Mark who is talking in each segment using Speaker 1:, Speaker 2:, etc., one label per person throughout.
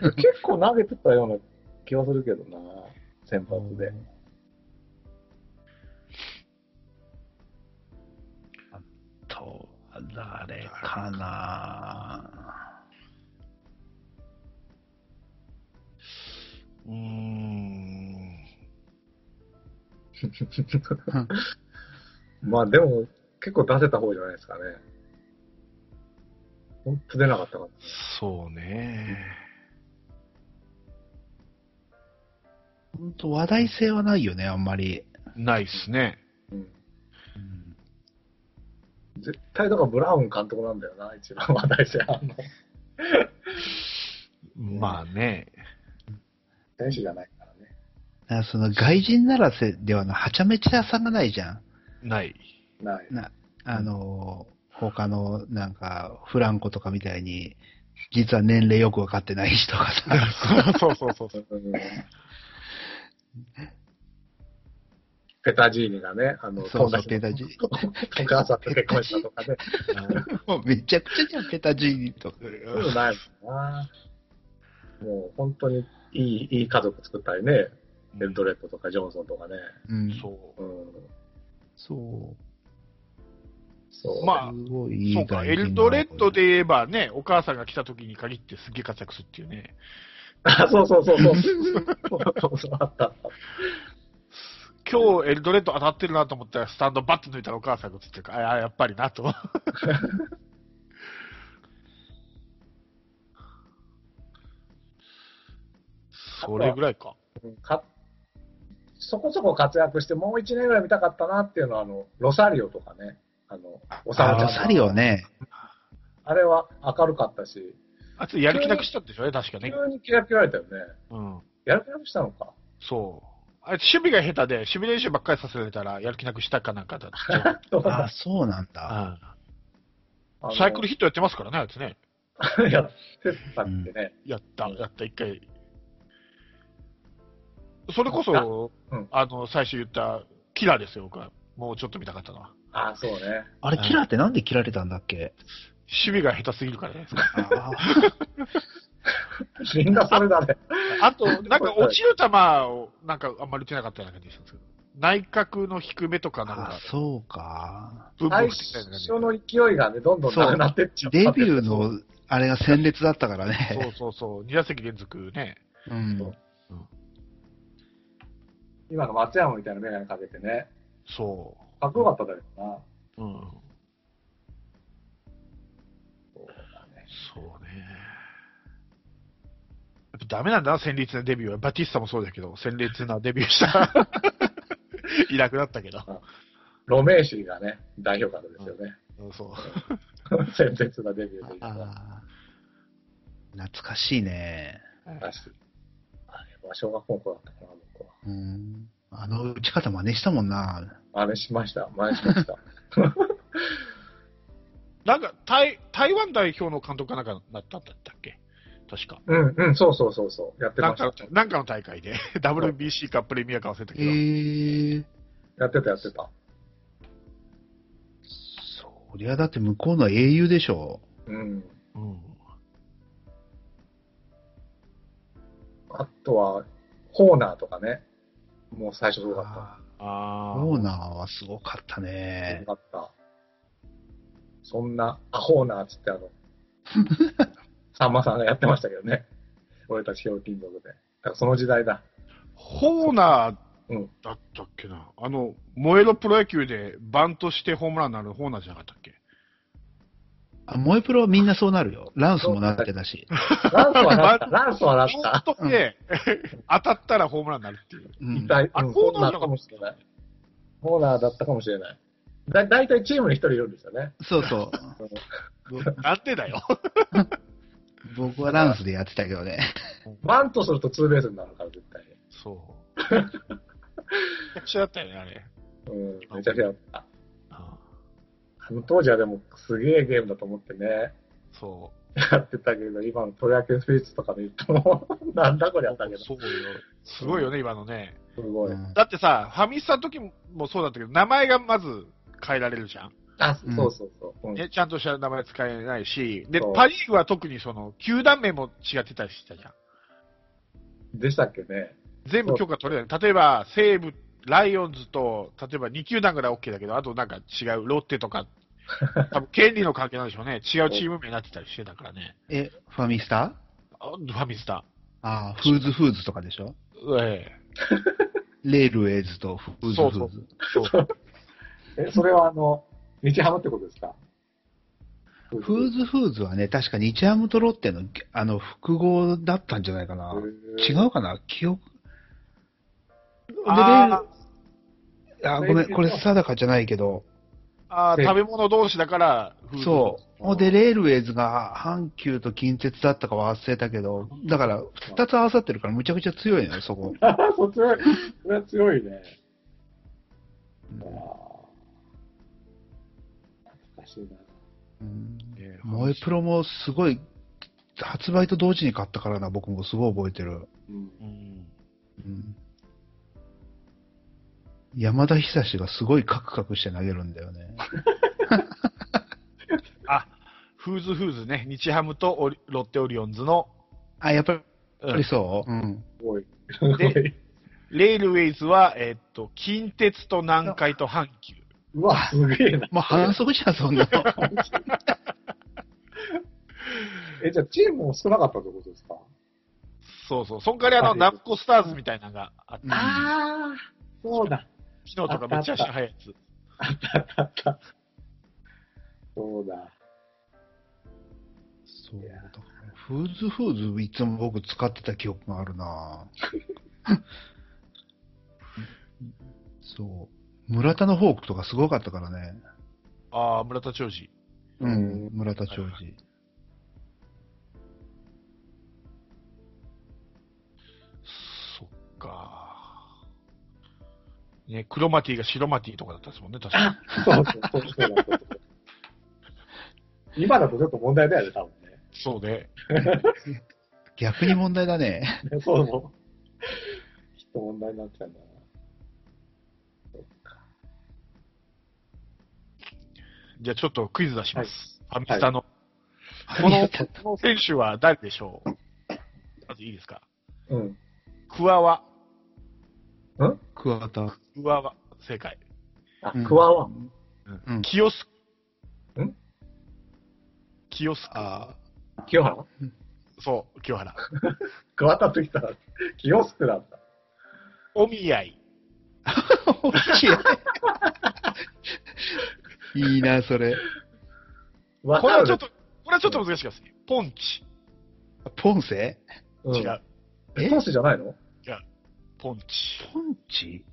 Speaker 1: 結構投げてたような気はするけどな、先発で。
Speaker 2: あと、誰かなうーん。
Speaker 1: まあでも、結構出せた方じゃないですかね。ほんと出なかったから。
Speaker 2: そうね。本当話題性はないよね、あんまり。
Speaker 3: ないっすね。
Speaker 1: うん
Speaker 2: うん
Speaker 1: 絶対だからブラウン監督なんだよな、一番 話題性あんの。
Speaker 3: まあね。
Speaker 1: 選手じゃないからね。
Speaker 2: なんかその外人ならせではのはちゃめちゃさがないじゃん。
Speaker 3: ない。
Speaker 1: ない。
Speaker 2: なあのー、他のなんかフランコとかみたいに、実は年齢よくわかってない人がさ、
Speaker 3: そうそうそうそう。
Speaker 1: うんペタジーニがね、あの、
Speaker 2: そ
Speaker 1: 飛ん
Speaker 2: うそう
Speaker 1: だ
Speaker 2: ペタジーニ
Speaker 1: お母さんと結婚したとかね。
Speaker 2: もうめちゃくちゃじゃん、ペタジーニとか。
Speaker 1: そういうのないもんな。もう本当にいい、いい家族作ったりね。レッドレッドとかジョンソンとかね。
Speaker 2: うん、そう。
Speaker 3: そ。
Speaker 1: うん。そうう。
Speaker 3: まあ、
Speaker 2: すごいいい
Speaker 3: そうか、エルドレッドで言えばね、お母さんが来た時に限ってすげえ活躍するっていうね。
Speaker 1: あ、そうそうそうそう。そうそう あった。
Speaker 3: 今日エルドレッド当たってるなと思ったら、スタンドバッと抜いたらお母さんが映ってるから、ああ、やっぱりな と。それぐらいか。
Speaker 1: うんかそこそこ活躍して、もう1年ぐらい見たかったなっていうのは、あの、ロサリオとかね。あの、おさま
Speaker 2: あ
Speaker 1: ち
Speaker 2: ー
Speaker 1: ゃん
Speaker 2: ロ
Speaker 1: とか
Speaker 2: サリオ ね。
Speaker 1: あれは明るかったし、
Speaker 3: あいつやる気なくしたんでしょうね、確か
Speaker 1: 急
Speaker 3: ね。
Speaker 1: にキラキラれたよね。
Speaker 3: うん。
Speaker 1: やる気なくしたのか。
Speaker 3: そう。あいつ守備が下手で、守備練習ばっかりさせられたら、やる気なくしたかなん かだっ
Speaker 2: あー、そうなんだ。
Speaker 1: あの
Speaker 3: サイクルヒットやってますからね、あいつね。
Speaker 1: やってたってね。
Speaker 3: やった、やった、一回。それこそ、
Speaker 1: あ
Speaker 3: あ,、
Speaker 1: うん
Speaker 3: の、最初言った、キラーですよ、僕は。もうちょっと見たかったのは。
Speaker 1: ああ、そうね。
Speaker 2: あれ、キラーってなんで切られたんだっけ
Speaker 3: 守備が下手すぎるからね。
Speaker 2: あ
Speaker 1: みんなそれだね。
Speaker 3: あ と、なんか落ちる球を、なんかあんまり打てなかったような感じしたんですけど。内角の低めとかなん
Speaker 2: あ
Speaker 3: か、、
Speaker 2: そう か。
Speaker 3: ブンブン
Speaker 1: 最
Speaker 3: 振ってきたような感じ
Speaker 1: 初の勢いがね、どんどんなくなってっちゃった
Speaker 2: デビューの、あれが鮮烈だったからね。
Speaker 3: そうそうそう、2打席連続ね。
Speaker 2: うん
Speaker 1: そう今の松山みたいなメガネかけてね、
Speaker 3: そ
Speaker 1: かっこよかっただけどな。
Speaker 3: う。うん。
Speaker 1: そうだね。
Speaker 3: そうね。やっぱダメなんだな、戦慄なデビューは。バティスタもそうだけど、戦慄なデビューした。いなくなったけど。
Speaker 1: ロメイシーがね、代表格ですよね。
Speaker 3: うんそう。
Speaker 1: 先絶なデビューというか。
Speaker 2: あー懐かしいね。
Speaker 1: だしあれは小学校の頃だったかな、僕は。
Speaker 2: うん。あの打ち方真似したもんな。
Speaker 1: 真似しました。真似しました。
Speaker 3: なんか台、台湾代表の監督かなんかなったんだったっけ確か。
Speaker 1: うん、うん、そうそうそうそう。やって
Speaker 3: なん
Speaker 1: ました
Speaker 3: か。、なんかの大会で、WBC かプレミアか忘れたけど、
Speaker 2: ええ。
Speaker 1: やってた、やってた。
Speaker 2: そりゃだって向こうの英雄でしょ。
Speaker 1: うん。
Speaker 3: うん。
Speaker 1: あとは、ホーナーとかね。もう最初すごかった。
Speaker 3: あ
Speaker 2: オーナーはすごかった
Speaker 1: よ
Speaker 2: ね。
Speaker 1: かった。そんな、アホーなっつって あの、さんまさんがやってましたけどね。俺たちひょうきん族で。だからその時 代だ。
Speaker 3: ホーナ
Speaker 1: う
Speaker 3: ー
Speaker 1: ん
Speaker 3: だったっけな、あの、燃えろプロ野球でバントしてホームランになるホーナーじゃなかったっけ
Speaker 2: あ、萌えプロはみんなそうなるよ。ランスもなってたし。
Speaker 1: ランスはなった。ランスはなった。
Speaker 3: バントで、 当たったらホームランになるってい
Speaker 2: う
Speaker 3: う。
Speaker 1: 一
Speaker 2: ん。
Speaker 1: 体、
Speaker 3: あ
Speaker 1: うん
Speaker 3: ホ
Speaker 1: ホ
Speaker 3: ー
Speaker 1: ー
Speaker 3: ナ
Speaker 1: ナー
Speaker 3: ー
Speaker 1: だ
Speaker 3: だ
Speaker 1: ったた
Speaker 3: っか
Speaker 1: かも
Speaker 3: もし
Speaker 1: しれない。ホーナーだったかもしれない。だ大体チームに一人いるんですよね。
Speaker 2: そうそう。ぼ
Speaker 3: なんでだ よ。
Speaker 2: 僕はランスでやってたけどね。
Speaker 1: バントするとツーベースになるから、絶対
Speaker 3: そう。役者だったよね、あれ。
Speaker 1: に。うん、めちゃくちゃだった。あの当時はでも、すげえゲームだと思ってね、
Speaker 3: そ
Speaker 1: やってたけど、今のプロ野球スピーチとか見ると、も うなんだこりゃあったけ
Speaker 3: う。
Speaker 1: ど、
Speaker 3: そうよ。すごいよね、今のね。
Speaker 1: すごい。
Speaker 2: うん
Speaker 3: だってさ、ファミスタの時もそうだったけど、名前がまず変えられるじゃん。
Speaker 1: あ、
Speaker 2: うん
Speaker 1: そうそうそう。うん
Speaker 3: ね、ちゃんとした名前使えないし、で
Speaker 1: そ、う
Speaker 3: パリーグは特にその、球団名も違ってたりしたじゃん。
Speaker 1: でしたっけね。
Speaker 3: 全部許可取れない。例えば、西武、ライオンズと、例えば2球団ぐらい OK だけど、あとなんか違う、ロッテと か、多分権利の関係なんでしょうね。違うチーム名になってたりしてたからね。
Speaker 2: え、ファミスタ
Speaker 3: あファミスタ。
Speaker 2: ああ、フーズフーズとかでしょ
Speaker 3: ええ
Speaker 2: レールウェイズとフーズフーズ。
Speaker 3: そうそうそう
Speaker 1: え、それはあの、日ハムってことですか
Speaker 2: フーズフーズはね、確か日ハムとロッテのあの複合だったんじゃないかな。違うかな記憶。で、レ
Speaker 3: あ
Speaker 2: ール
Speaker 1: レー
Speaker 2: あ、
Speaker 1: ル
Speaker 2: ごめん、これ定かじゃないけど、
Speaker 3: ああ、
Speaker 1: ええ
Speaker 3: 食べ物同士だから、フード
Speaker 2: そう。ほんで、レールウェイズが阪急と近鉄だったかは忘れたけど、だから、二つ合わさってるからむちゃくちゃ強い のよ、そこ。
Speaker 1: あ ーそっちは、それは強いね。あー懐かしいな。
Speaker 2: うん
Speaker 3: ええ
Speaker 2: 萌えプロもすごい、発売と同時に買ったからな、僕もすごい覚えてる。
Speaker 1: うん。
Speaker 3: うん
Speaker 2: うん山田久志がすごいカクカクして投げるんだよ ね。
Speaker 3: あ、フーズフーズね。日ハムとオリロッテオリオンズの、
Speaker 2: あ、やっぱり、
Speaker 3: うん
Speaker 2: やっぱりそううん。
Speaker 1: すごい。すごい。
Speaker 3: レールウェイズは、えーっと、近鉄と南海と阪急。
Speaker 1: うわ、すげえな。
Speaker 2: まあ、反則じゃん、そんな の。
Speaker 1: え、じゃあチームも少なかったってことですか
Speaker 3: そうそう。そんからあの、
Speaker 1: はい
Speaker 3: ナムコスターズみたいなのがあって、
Speaker 2: うん
Speaker 1: ああ、そうだ。
Speaker 3: 昨日とかめっちゃ足の速いやつ。
Speaker 1: あった。そうだ。
Speaker 2: そうだからフーズフーズいつも僕使ってた記憶がある なそう。村田のフォークとかすごかったからね。
Speaker 3: ああ、村田兆治。
Speaker 2: うん、村田兆治。
Speaker 3: そっか。ね、クロマティが白マティとかだったですもんね、確か
Speaker 1: そうそうそうそうだ。そうだ今だとちょっと問題だよね、多分
Speaker 3: に。そうね。
Speaker 2: 逆に問題だね。
Speaker 1: ね。そうそう。きっと問題になっちゃうんだな。そっか。
Speaker 3: じゃあちょっとクイズ出します。ファミ
Speaker 1: はい
Speaker 3: スタの。この、
Speaker 2: ちょっ
Speaker 3: この選手は誰でしょうまずいいですか
Speaker 1: うん。
Speaker 3: クワワ。
Speaker 2: と桑田。
Speaker 3: クワワ。正解。
Speaker 1: あ
Speaker 2: うん
Speaker 1: クワワ。
Speaker 2: うん
Speaker 3: 清須。
Speaker 1: ん
Speaker 3: 清須。
Speaker 2: あ
Speaker 1: 清原
Speaker 3: そう、清原。
Speaker 1: クワタってきたら、清スクだった。
Speaker 3: おみ合い。
Speaker 2: あ。面白 い。いいな、それ。
Speaker 1: わ
Speaker 3: これ
Speaker 1: か
Speaker 3: は
Speaker 1: る
Speaker 3: ちょっと、これはちょっと難しいですね。ポンチ。
Speaker 2: ポンセ
Speaker 1: ん
Speaker 3: 違う。
Speaker 1: え、投手じゃないの
Speaker 3: ポンチ。
Speaker 2: ポンチ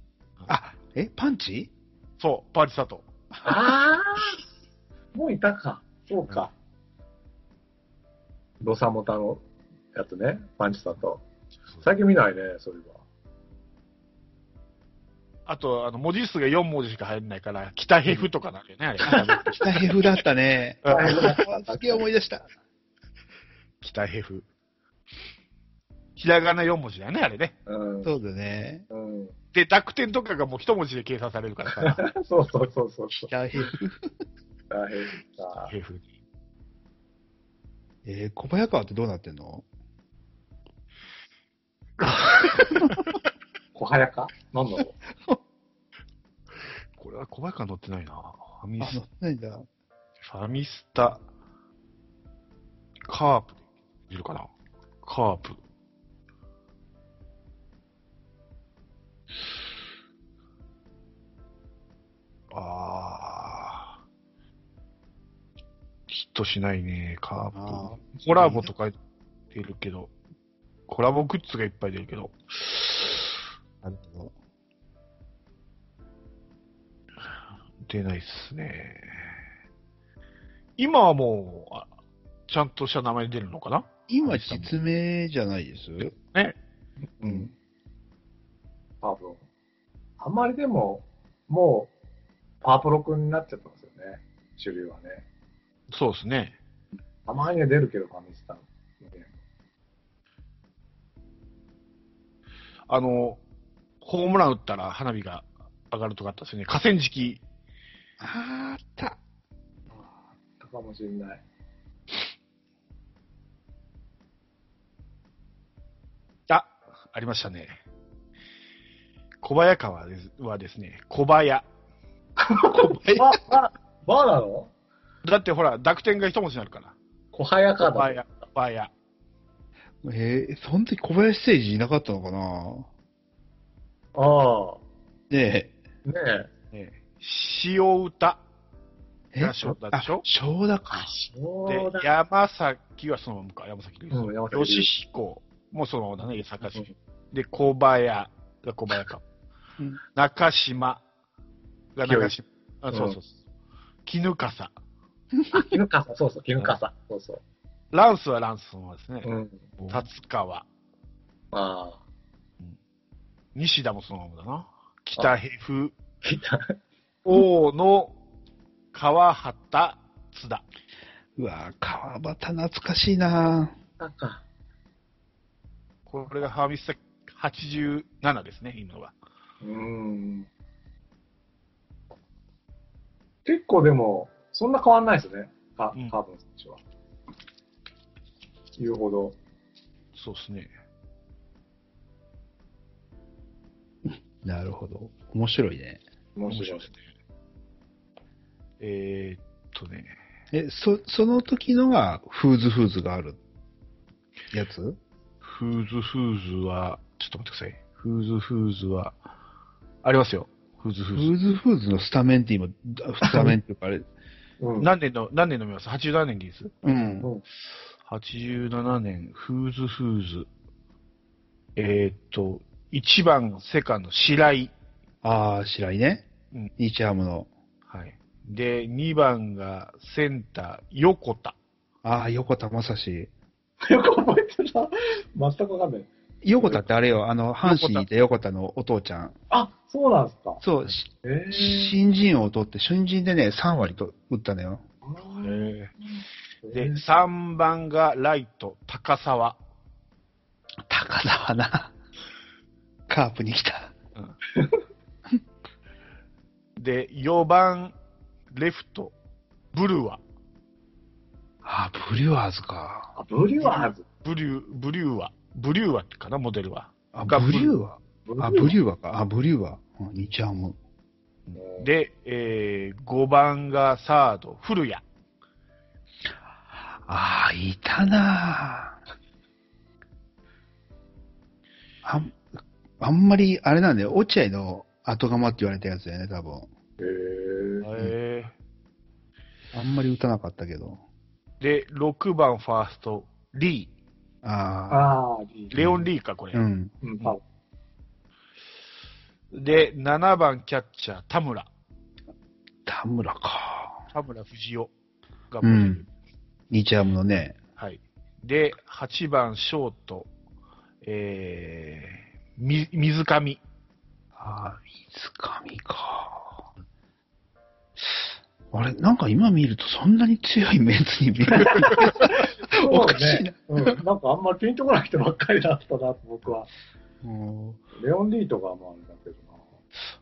Speaker 2: あ、え、パン チ
Speaker 3: そう、パリサト。
Speaker 1: ああもういたか。そうか。ドサモタのやつね、パンチさんと。最近見ないね、それは。
Speaker 3: あと、あの、文字数が4文字しか入らないから、北ヘフとかなんだよね、あれ。
Speaker 2: 北ヘフだったね。
Speaker 3: うん
Speaker 2: すげえ思い出した。
Speaker 3: 北ヘフ。ひらがな4文字だよね、あれね。
Speaker 1: うん。
Speaker 2: そうだね。
Speaker 1: うん、
Speaker 3: で、濁点とかがもう1文字で計算されるから さ、
Speaker 1: そうそうそうそうそう。
Speaker 2: 北ヘフ。
Speaker 1: 大変だ。
Speaker 3: ヘフに。
Speaker 2: えー、小早川ってどうなってんの
Speaker 1: 小早かなんだろ
Speaker 3: これは小早川乗ってないな。ファミ
Speaker 2: あ、
Speaker 3: ス
Speaker 2: 乗ってないんだ。
Speaker 3: ファミスタ、カープでいるかなカープ。あー。ヒットしないね、カー
Speaker 2: あ
Speaker 3: プ。コラボとか出るけど、コラボグッズがいっぱい出るけど、
Speaker 2: あ。なるほど。
Speaker 3: 出ないっすね。今はもう、あちゃんとした名前出るのかな
Speaker 2: 今、実名じゃないです
Speaker 3: ね。
Speaker 1: う。
Speaker 2: うん。
Speaker 1: 多分。あんまりでも、もう、パープロ君になっちゃってますよね。種類はね。
Speaker 3: そうですね。
Speaker 1: たまには出るけど、ファミスタのね。
Speaker 3: あの、ホームラン打ったら花火が上がるとかあったですよね。河川敷。
Speaker 2: あーった。
Speaker 1: あったかもしれない。
Speaker 3: あ、ありましたね。小早川ですはですね、小早。
Speaker 1: ば、ば、ばなの
Speaker 3: だってほら、濁点が一文字になるから。
Speaker 1: 小早
Speaker 3: 小
Speaker 1: かだ。
Speaker 3: 早、小早。
Speaker 2: えー、その時小林誠司いなかったのかな
Speaker 1: ああ。
Speaker 2: ね
Speaker 1: ねえ。
Speaker 3: ね、塩歌。
Speaker 2: え。
Speaker 3: が正田でしょ
Speaker 2: あ正田か。
Speaker 1: そう
Speaker 3: で、
Speaker 1: だ。
Speaker 3: 山崎はそのままか、山崎隆
Speaker 1: うん、山
Speaker 3: 一。
Speaker 1: 崎
Speaker 3: 吉彦もそのままだね、坂市。で、小林が小林か
Speaker 2: うん。
Speaker 3: 中島が中島。あ、
Speaker 1: うん
Speaker 3: そうそうそう。絹笠。
Speaker 1: あ絹笠、そうそう、絹笠。そうそ
Speaker 3: ランスはランスのままですね
Speaker 1: う。。うん。
Speaker 3: 達
Speaker 1: ま
Speaker 3: 川。
Speaker 1: あ、
Speaker 3: 西田もそのままだな。北平風。
Speaker 1: 聞いた。
Speaker 3: 王の川畑津田。
Speaker 2: うわぁ、川端懐かしいな
Speaker 1: なんか、
Speaker 3: これがハーミス87ですね、今のは。
Speaker 1: うーん。結構でも、そんな変わんないですね。か
Speaker 3: うん
Speaker 1: カーブの選手は。言うほど。
Speaker 3: そうですね。
Speaker 2: なるほど。面白いね。
Speaker 1: 面
Speaker 3: 面
Speaker 1: 白
Speaker 3: 白
Speaker 1: い
Speaker 3: いで。すね。えーっとね、
Speaker 2: え、そ、その時のが、フーズフーズがあるやつ
Speaker 3: フーズフーズは、ちょっと待ってください。フーズフーズは、ありますよ。フーズフ
Speaker 2: フ
Speaker 3: ーズ。
Speaker 2: ーズフーズのスタメンって今、スタメンっていうかあれ、
Speaker 1: うん。
Speaker 3: 何年の、何年飲みます ?87 年でいいです。
Speaker 2: うん。
Speaker 3: 87年、フーズフーズ。えーっと、1番、セカンド、白井。
Speaker 2: ああ、白井ね。
Speaker 3: うん
Speaker 2: ニーチャームの。
Speaker 3: はい。で、2番がセンター、横田。
Speaker 2: ああ、横田正史。
Speaker 1: よく覚えてた。全くわかんない。
Speaker 2: 横田ってあれよ、あの、阪神にいた横田のお父ちゃん。
Speaker 1: あ、そうなんですか。
Speaker 2: そう、
Speaker 1: えー
Speaker 2: し新人王取って、新人でね、3割と打ったのよ。
Speaker 1: え
Speaker 3: で
Speaker 1: ー、
Speaker 3: 3番がライト、高沢。
Speaker 2: 高沢な。カープに来た。
Speaker 3: で、4番、レフト、ブルワ。
Speaker 2: ああ、ブリュワーズか。
Speaker 1: あブリュワーズ。
Speaker 3: ブリュー、ブリューワ。ブリューワってかな、モデルは。
Speaker 2: あ、
Speaker 3: が
Speaker 2: ブリュワ
Speaker 1: ブ
Speaker 2: ー。あ、ブリュワーか。あ、ブリュワー。うんニーチャーム。
Speaker 1: ーで、
Speaker 3: で、えー、5番がサード、古谷。
Speaker 2: ああ、いたなあ。あん、あんまり、あれなんだよ、落合の後釜って言われたやつだよね、多分。
Speaker 1: えー、
Speaker 3: え
Speaker 2: あんまり打たなかったけど。
Speaker 3: ー、で、6番ファースト、リ
Speaker 2: ああ、
Speaker 1: あー、いい
Speaker 3: ー。レオン・リーか、これ。
Speaker 2: うん。
Speaker 1: うん、パウ
Speaker 3: で、7番キャッチャー、田村。
Speaker 2: 田村か。
Speaker 3: 田村藤代が
Speaker 2: う
Speaker 3: モデル。
Speaker 2: ん。ニーチャームのね。
Speaker 3: はい。で、8番ショート、えー、み、水上。
Speaker 2: ああ、水上か。あれ、なんか今見るとそんなに強いメンツに見える。おかしいな。
Speaker 1: うん、なんかあんまりピンとこない人ばっかりだったな、僕は。
Speaker 2: うん
Speaker 1: レオン・リーとかもあれだけど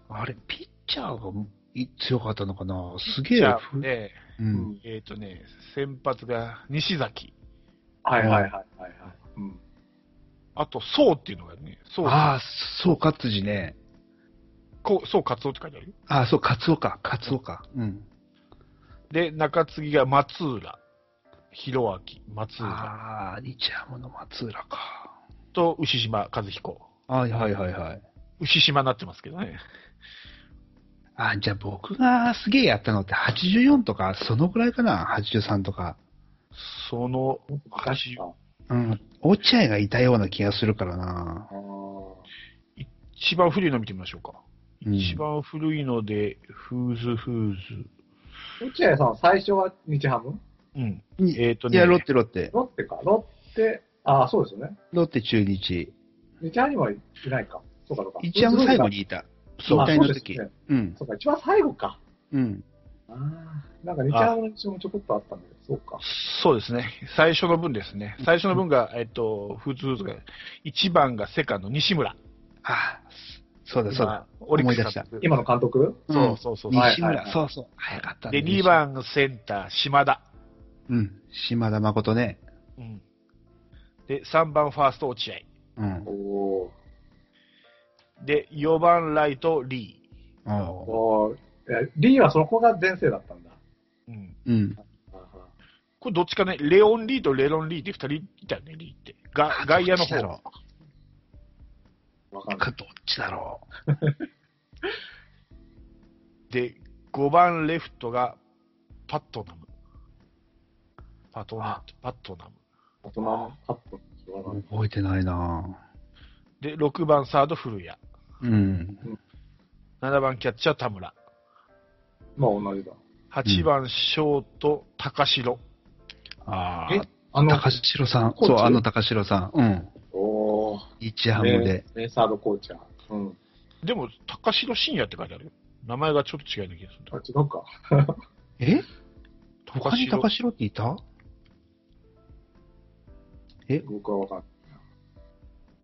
Speaker 1: な。
Speaker 2: あれ、ピッチャーがい強かったのかなすげ
Speaker 3: じ
Speaker 2: え。
Speaker 3: ゃあ
Speaker 2: ふ
Speaker 3: ね、
Speaker 2: うん。
Speaker 3: えっ、とね、先発が西崎。
Speaker 1: はいはいはいはいはい。うん。
Speaker 3: あと、そうっていうのがね、そう、
Speaker 2: ああ、そう、勝次ね。
Speaker 3: こうそうカツオって書いてあるよ
Speaker 2: ああ、そう、カツオか、カツオか。うん。
Speaker 3: で、中継ぎが松浦、広明、松浦
Speaker 2: ああ、日ハムの松浦か。
Speaker 3: と牛島和彦。
Speaker 2: はいはいはいはい。
Speaker 3: 牛島になってますけどね。
Speaker 2: ああ、じゃあ僕がすげえやったのって84とか、そのぐらいかな、83とか。
Speaker 3: その、
Speaker 1: 昔
Speaker 3: 80
Speaker 2: うん。落合がいたような気がするからな
Speaker 1: あ。あ。
Speaker 3: 一番古いの見てみましょうか。
Speaker 2: うん
Speaker 3: 一番古いので、フーズフーズ。
Speaker 1: 落合さん、最初は日ハム
Speaker 3: うん。
Speaker 2: に
Speaker 3: えっ、と
Speaker 2: い
Speaker 3: ね、
Speaker 2: や、ロッテ、ロッテ。
Speaker 1: ロッテか。ロッテ、ああ、そうですよね。
Speaker 2: ロッテ中日。
Speaker 1: 日ハムにはいないか。そうかそうか。
Speaker 2: 一番最後にいた。引
Speaker 1: まあ
Speaker 2: 退
Speaker 1: そ
Speaker 2: の
Speaker 1: うで
Speaker 2: 時
Speaker 1: すね。
Speaker 2: うん。
Speaker 1: そうか、一番最後か。
Speaker 2: うん。
Speaker 1: ああ。なんか日ハムの印象もちょこっとあったんだけど、そうか。
Speaker 3: そうですね。最初の分ですね。最初の分が、えっ、と、フーズフーズが、1番がセカンド、西村。
Speaker 2: ああ、そうだそうだ。
Speaker 3: 今オリックスだ
Speaker 2: 思い出した
Speaker 1: 今の監督
Speaker 3: そうそうそう。
Speaker 1: ん
Speaker 2: 西
Speaker 1: はいはいは
Speaker 2: 村、
Speaker 1: い
Speaker 2: そうそう、早かったね
Speaker 3: で、2。番がセンター、島田。
Speaker 2: うん、島田誠ね。
Speaker 3: で、3番ファースト、落合。
Speaker 2: うん
Speaker 1: お。お
Speaker 3: で、4番ライト、リ
Speaker 2: ああ
Speaker 1: おーえリーはそこが前世だったんだ。
Speaker 3: ー。うん。
Speaker 2: うん。
Speaker 3: これどっちかね、レオン・リーとレロン・リーって2人いたよね、リーって。が外野の
Speaker 2: どっちだ
Speaker 3: 方
Speaker 2: ろ
Speaker 1: わ
Speaker 2: う
Speaker 1: かんない。
Speaker 2: どっちだろ
Speaker 3: で、5番レフトがパットナム。パトナム。パットナム。
Speaker 1: 大人のカップわかんな
Speaker 2: う
Speaker 1: い。
Speaker 2: 覚えてないな
Speaker 3: で、6番サード、古谷。
Speaker 2: うん。
Speaker 3: 7番キャッチャー、田村。
Speaker 1: まあ同じだ。
Speaker 3: 8番ショート、高城。
Speaker 2: あ
Speaker 1: え
Speaker 2: あ。
Speaker 1: あの、
Speaker 2: 高城さん。
Speaker 1: コーチ
Speaker 2: そう、あの高城さん。うん。
Speaker 1: おー、
Speaker 2: 日ハム
Speaker 1: ね
Speaker 2: で。
Speaker 1: ねサードコーチャー。うん。
Speaker 3: でも、高城信也って書いてあるよ。名前がちょっと違いな気がするんだ
Speaker 1: あ、違うか。
Speaker 2: え
Speaker 3: けど。
Speaker 2: 他に高
Speaker 3: 城
Speaker 2: 城っていたえ
Speaker 1: 僕はわかんない。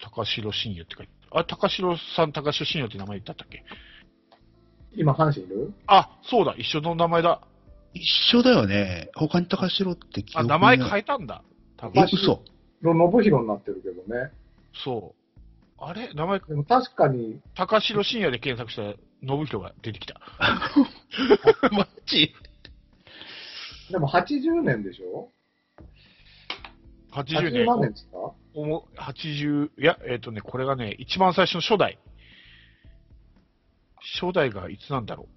Speaker 3: 高城信也って書いてある。あ、高城さん、高城信也って名前言ったったっけ
Speaker 1: 今、阪神いる
Speaker 3: あ、そうだ、一緒の名前だ。
Speaker 2: 一緒だよね。他に高城って記
Speaker 3: あ、
Speaker 2: 憶
Speaker 3: 名前
Speaker 2: ない
Speaker 3: 変えたんだ。多
Speaker 2: え
Speaker 3: 分
Speaker 1: た、
Speaker 2: 嘘。
Speaker 1: の信弘になってるけどね。
Speaker 3: そう。あれ名前、
Speaker 1: でも確かに、
Speaker 3: 高城信也で検索したら、信弘が出てきた。
Speaker 2: マジ
Speaker 1: でも80年でしょ
Speaker 3: 80
Speaker 1: ?80
Speaker 3: 年。
Speaker 1: 万年ですか
Speaker 3: おも80、いや、えっ、とね、これがね、一番最初の初代。初代がいつなんだろ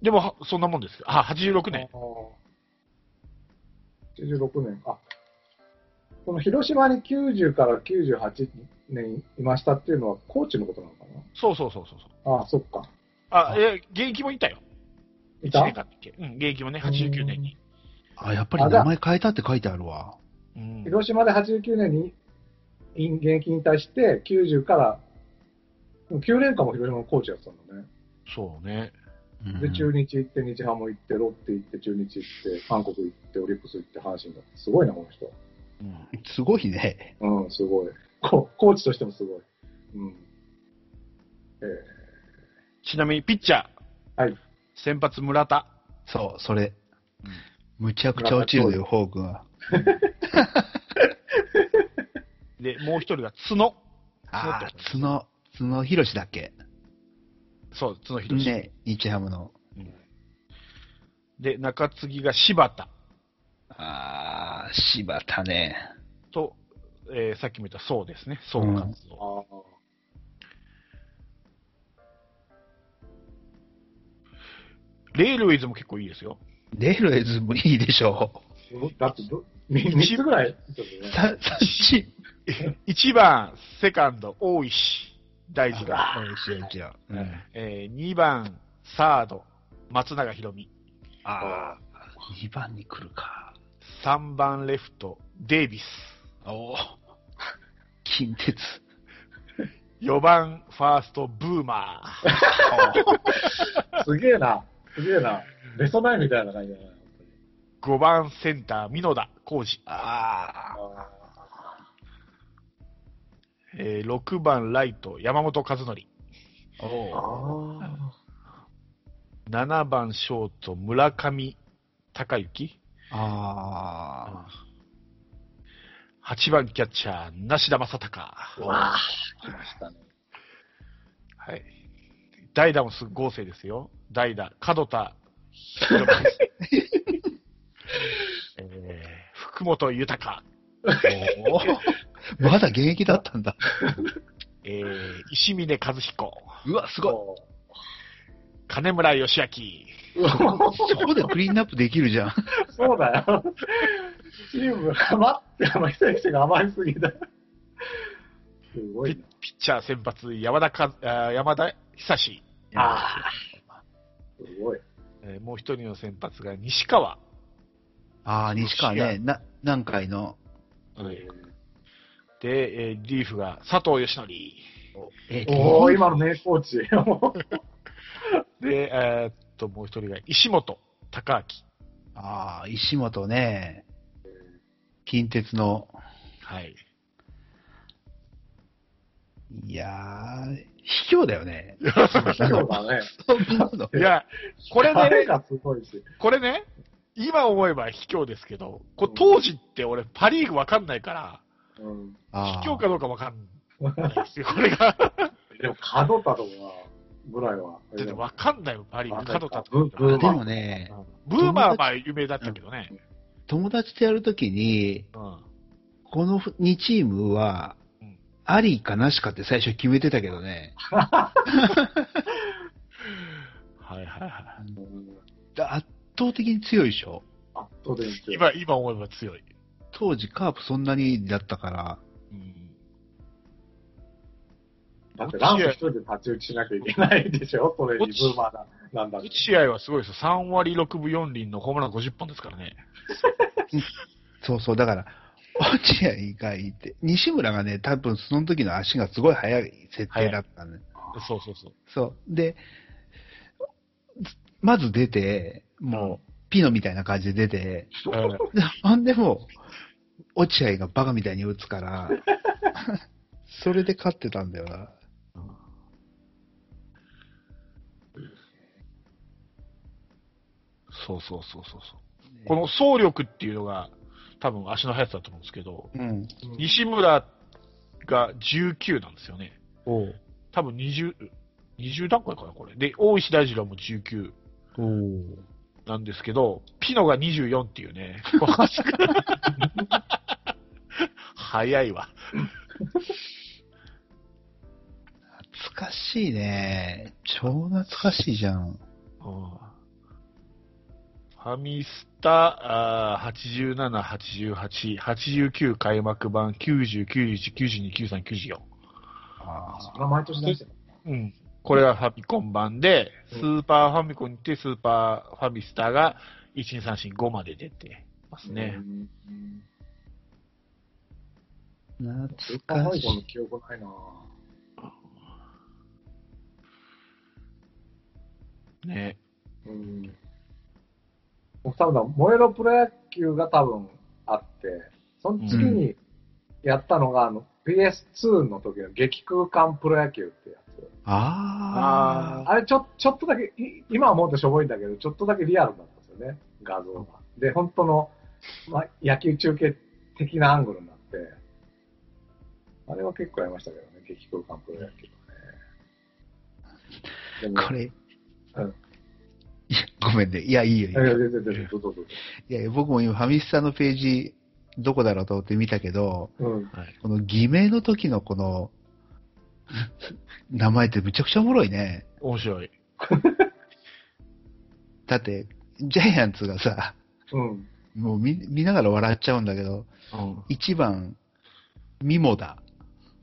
Speaker 3: う。でも、はそんなもんですよ。あ、86年。
Speaker 1: あー86年。あ、この広島に90から98年いましたっていうのは、高知のことなのか
Speaker 3: そうそうそうそうそう。
Speaker 1: なあー、そっか。
Speaker 3: あ、
Speaker 1: あ
Speaker 3: え、現役もいたよ。
Speaker 1: い
Speaker 3: 1
Speaker 1: た
Speaker 3: 年間だっけ。うん、現役もね、89年に。
Speaker 2: あ、やっぱり名前変えたって書いてあるわ。
Speaker 3: うん。
Speaker 1: 広島で89年に引現役引退して、90から、9年間も広島のコーチやってたんだね。
Speaker 3: そうね。
Speaker 2: うん
Speaker 1: で、中日行って、日ハム行って、ロッテ行って、中日行って、韓国行って、オリックス行って、阪神だって。すごいな、この人。
Speaker 3: うん。
Speaker 2: すごいね。
Speaker 1: うん、すごい。こコーチとしてもすごい。うん。え
Speaker 3: ちなみに、ピッチャー。
Speaker 1: はい。
Speaker 3: 先発、村田。
Speaker 2: そう、それ
Speaker 3: うん。
Speaker 2: むちゃくちゃ落ちるのよ、フォークが。
Speaker 3: で、もう一人が角。
Speaker 2: ああ、角、角広しだっけ
Speaker 3: そう、角広し。
Speaker 2: ね、日ハムの。
Speaker 3: で、中継ぎが柴田
Speaker 2: ああ、柴田ね。
Speaker 3: と、えーさっきも言ったそうですね。そう活動。
Speaker 1: ー、ああ。
Speaker 3: レールウェイズも結構いいですよ。
Speaker 2: レールウェイズもいいでしょ
Speaker 1: だってど、3つぐらいちょっと
Speaker 2: う。
Speaker 1: ね。
Speaker 2: さ、さし、
Speaker 3: 1番、セカンド、大石大二が。
Speaker 2: あー試合中うん
Speaker 3: え2番、サード、松永宏美。
Speaker 2: ああ、2番に来るか。
Speaker 3: 3番、レフト、デイビス。
Speaker 2: おお。近鉄。
Speaker 3: 4番、ファースト、ブーマー。
Speaker 1: すげえな。すげえな。ベソないみたいな感じだな。
Speaker 3: 5番、センター、美濃田浩二。
Speaker 2: ああ。
Speaker 3: え6番、ライト、山本和則。
Speaker 2: おお。
Speaker 1: あ
Speaker 3: 7番、ショート、村上隆之。
Speaker 2: ああ。
Speaker 3: 8番、キャッチャー、梨田正隆。
Speaker 1: わあ、来ましたね。
Speaker 3: はい。代打もす合成ですよ。代打、角田博之、 えー、福本豊、
Speaker 2: おーまだ現役だったんだ。
Speaker 3: えー、石峰和彦、
Speaker 2: うわ、すご
Speaker 1: そ
Speaker 3: 金村義明、
Speaker 1: う。うわ
Speaker 2: い。そこでクリーンアップできるじゃん。
Speaker 1: そうだよ。チームが余って、甘い選手が余りすぎだ。すごい
Speaker 3: ピッチャー先発、山田かあー山田久志、
Speaker 1: な。ああ。すごい。
Speaker 3: えーもう一人の先発が西川、
Speaker 2: ああ、西川ね。な、何回の。
Speaker 3: で、えーリーフが佐藤義則、
Speaker 2: え
Speaker 1: おお、今の名コーチ。もう
Speaker 3: で、えーっと、もう一人が石本隆明。
Speaker 2: ああ、石本ね。近鉄の。
Speaker 3: はい。
Speaker 2: いやー、卑怯だよね。
Speaker 1: そうだね。
Speaker 2: そんなの
Speaker 3: いや、これね
Speaker 1: 彼、がすごいし。
Speaker 3: これね、今思えば卑怯ですけど、こう当時って俺、パ・リーグわかんないから、
Speaker 1: うん。
Speaker 2: あー
Speaker 3: 卑怯かどうかわかんこれが。
Speaker 1: でも、角田とかぐらいは。
Speaker 3: だってわかんないよ、パリ、
Speaker 1: わ
Speaker 3: 角
Speaker 1: かんない
Speaker 3: 田とか。
Speaker 1: ブブー
Speaker 2: で
Speaker 1: マ
Speaker 2: もね、
Speaker 3: ブーマーは有名だったけどね。
Speaker 2: 友達とやるときに、
Speaker 3: うん。
Speaker 2: この2チームは
Speaker 3: うん、
Speaker 2: ありかなしかって最初決めてたけどね、
Speaker 3: はいはいはい。
Speaker 1: うん
Speaker 2: 圧倒的に強いでしょ。
Speaker 1: 圧倒的に強い。
Speaker 3: 今、今思えば強い。
Speaker 2: 当時カープそんなにだったから、
Speaker 3: うん。
Speaker 1: だってランプ一人で立ち打ちしなきゃいけないでしょそれにブーマーだなんだって。
Speaker 3: 落合はすごいですよ。3割6分4厘のホームラン50本ですからね。
Speaker 2: そうそう、だから、 落合がいて、西村がね、多分その時の足がすごい速い設定だったね。
Speaker 3: そうそうそう。
Speaker 2: そう。で、まず出て、もう、ピノみたいな感じで出て、
Speaker 3: うん
Speaker 2: でほんでもう、落合がバカみたいに打つ から、それで勝ってたんだよな。
Speaker 3: そうそうそうそうそう。 この走力っていうのが、多分足の速さだと思うんですけど、
Speaker 2: うん。
Speaker 3: 西村が19なんですよね。
Speaker 2: おう
Speaker 3: 多分20、20段階かな、これ。で、大石大二郎も19
Speaker 2: おう
Speaker 3: なんですけど、ピノが24っていうね。 早いわ。
Speaker 2: 懐かしいね。超懐かしいじゃん。
Speaker 3: うんファミスタ、あー87、88、89開幕版、90、91、92、93、94。
Speaker 1: あそれは毎年出してる。
Speaker 3: うん。これがファミコン版で、
Speaker 1: うん
Speaker 3: スーパーファミコンに行って、スーパーファミスタが1、2、3、4、5まで出てますね。
Speaker 1: うん。
Speaker 2: 懐
Speaker 1: スーパー
Speaker 2: か
Speaker 1: ファ
Speaker 2: し
Speaker 1: イコンの
Speaker 2: い。
Speaker 1: 記憶ないなぁ。
Speaker 3: ね。
Speaker 1: うん。僕多分、燃えろプロ野球が多分あって、その次にやったのが、あの、PS2 の時の激空間プロ野球ってやつ。
Speaker 2: ああ。
Speaker 1: あれちょ、ちょっとだけ、い今思うとしょぼいんだけど、ちょっとだけリアルだったんですよね、画像が。で、本当の、まあ、野球中継的なアングルになって、あれは結構やりましたけどね、激空間プロ野球はね。
Speaker 2: これ。
Speaker 1: うん
Speaker 2: いや、ごめんね。いや、いいよ、いい
Speaker 1: でもい
Speaker 2: よ
Speaker 1: や。いやいやいやいやどうぞどうぞ
Speaker 2: いや、僕も今、ファミスタのページ、どこだろうと思って見たけど、
Speaker 1: うん。
Speaker 3: はい。
Speaker 2: この偽名の時のこの、 名前ってむちゃくちゃおもろいね。
Speaker 3: 面白い。
Speaker 2: だって、ジャイアンツがさ、
Speaker 1: うん。
Speaker 2: もう見見ながら笑っちゃうんだけど、
Speaker 3: うん。
Speaker 2: 1番、ミモダ。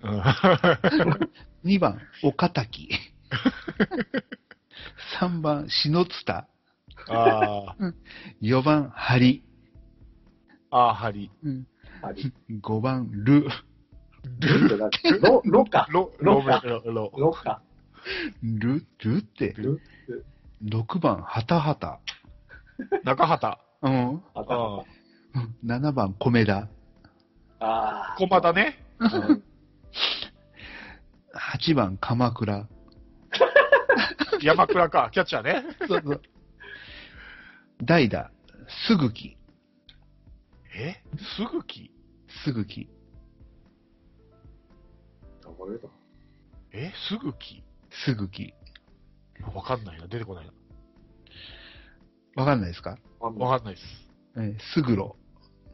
Speaker 3: うん
Speaker 2: 2番、岡 滝。3番、篠田。
Speaker 3: あ
Speaker 2: 4番、ハリ。
Speaker 3: あ、ああ、ハリ。
Speaker 1: あ り。
Speaker 2: 5番、ル。
Speaker 1: ロ、ロか。
Speaker 3: ロ、ロ
Speaker 1: ロ
Speaker 3: ブラ、ロ、ロ。
Speaker 1: ロか。
Speaker 2: ル、ルって。
Speaker 1: ル
Speaker 2: 6番、ハタハタ。
Speaker 3: 中畑。
Speaker 2: うん。
Speaker 1: あ
Speaker 3: あ
Speaker 1: と、
Speaker 2: 7番、米田。
Speaker 1: あ
Speaker 3: あ。
Speaker 1: ー
Speaker 3: 駒田。ね。
Speaker 1: うん
Speaker 2: 8番、鎌倉。
Speaker 3: 山倉か。キャッチャーね。
Speaker 2: そうそう。代打、すぐき。
Speaker 3: えすぐき
Speaker 2: すぐき。
Speaker 1: これだ
Speaker 3: えすぐき
Speaker 2: すぐき。
Speaker 3: わかんないな。出てこないな。
Speaker 2: わかんないですか
Speaker 3: わかんないです。
Speaker 2: えーすぐろ。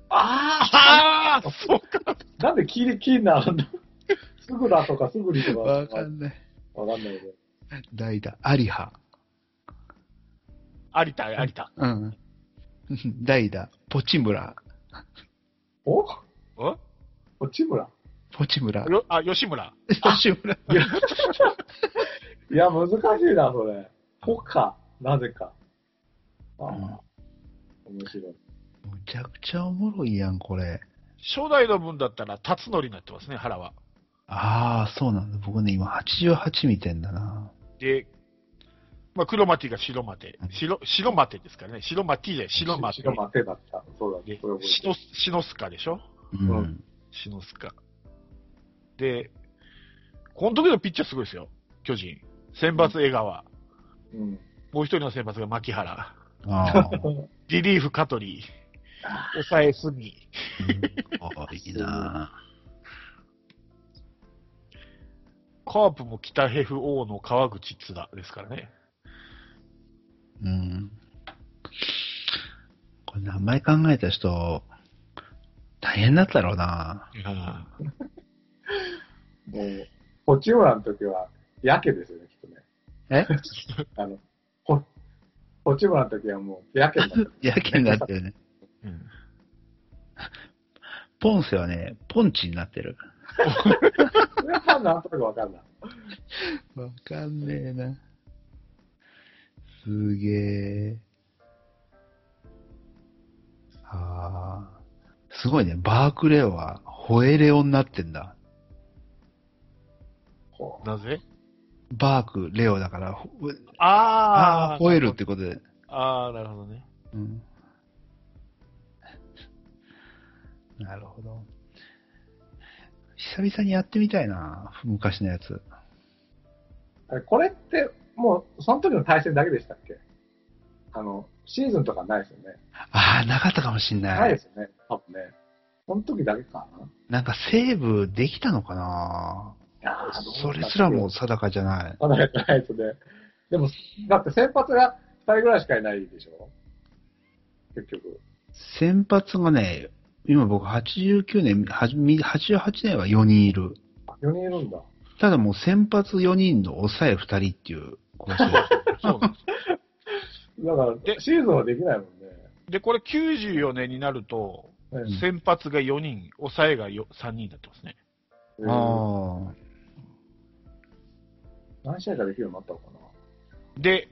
Speaker 1: あ
Speaker 3: ああそうか。
Speaker 1: あなんでキリキリなんだ すぐだとかすぐりとか。
Speaker 2: わかんない。
Speaker 1: わかんないけど。
Speaker 2: 代打、有葉。
Speaker 3: 有田、有田。
Speaker 2: うん。代打、ポチ村。
Speaker 1: お
Speaker 3: お
Speaker 1: 落村
Speaker 2: ポチ村。
Speaker 3: よあ、吉村。
Speaker 2: ポチ村。
Speaker 1: いや、難しいな、それ。ポカ、なぜか。ああ、面白い。
Speaker 2: むちゃくちゃおもろいやん、これ。
Speaker 3: 初代の分だったら、辰則になってますね、原は。
Speaker 2: ああ、そうなんだ。僕ね、今88見てんだな。
Speaker 3: で、まあ、黒マティが白マテ。白、白マテですからね。白マティで白マテ。
Speaker 1: 白マテだった。そうだ
Speaker 3: で
Speaker 1: ね。これ覚
Speaker 3: シノスシノスカでしょ
Speaker 2: うん。
Speaker 1: うん
Speaker 3: シノスカ。で、この時のピッチャーすごいですよ。巨人。先発江川。
Speaker 1: えてるうん。
Speaker 3: もう一人の先発が牧原。
Speaker 2: ああ。
Speaker 3: リリーフ香取。抑えすぎ。
Speaker 2: うんあいいな
Speaker 3: カープも北 FO の川口津田ですからね。
Speaker 2: うん。これ名前考えた人、大変だったろうな。
Speaker 1: もう、ポチオラの時は、やけですよね、きっとね。
Speaker 2: え
Speaker 1: あの、ポ、ポチオラの時はもう、やけになっ てる。
Speaker 2: やけになってるね。
Speaker 3: うん
Speaker 2: ポンセはね、ポンチになってる。
Speaker 1: それはなんとなくわかんない。
Speaker 2: わかんねえな。すげえ。ああ。すごいね。バークレーは、ホエレオになってんだ。
Speaker 1: こ
Speaker 3: なぜ
Speaker 2: バークレオだから、ほあ
Speaker 3: あ
Speaker 2: あ、
Speaker 3: ー
Speaker 2: ホエルってことで。
Speaker 3: ああ、なるほどね。
Speaker 2: うん。 なるほど。久々にやってみたいな。昔のやつ。
Speaker 1: うあれこれって、もう、その時の対戦だけでしたっけあの、シーズンとかないですよね。
Speaker 2: ああ、なかったかもしんない。
Speaker 1: ないですよね、多分ね。その時だけかな。
Speaker 2: なんかセーブできたのかない
Speaker 1: やーどう
Speaker 2: そ
Speaker 1: だ
Speaker 2: れ
Speaker 1: っけ
Speaker 2: すらも定かじゃない。
Speaker 1: まだやってないですね。でも、だって先発が2人ぐらいしかいないでしょ結局。
Speaker 2: 先発がね、今僕89年、はじみ88年は4人いる。
Speaker 1: 4人いるんだ。
Speaker 2: ただもう先発4人の抑え2人っていう構 成。
Speaker 3: そうなんです
Speaker 1: だから、
Speaker 3: で
Speaker 1: シーズンはできないもんね。
Speaker 3: で、これ94年になると、
Speaker 1: ね
Speaker 3: 先発が4人、抑えがよ3人になってますね。
Speaker 1: えー
Speaker 2: ああ。
Speaker 1: 何試合かできるようになったのか
Speaker 3: で、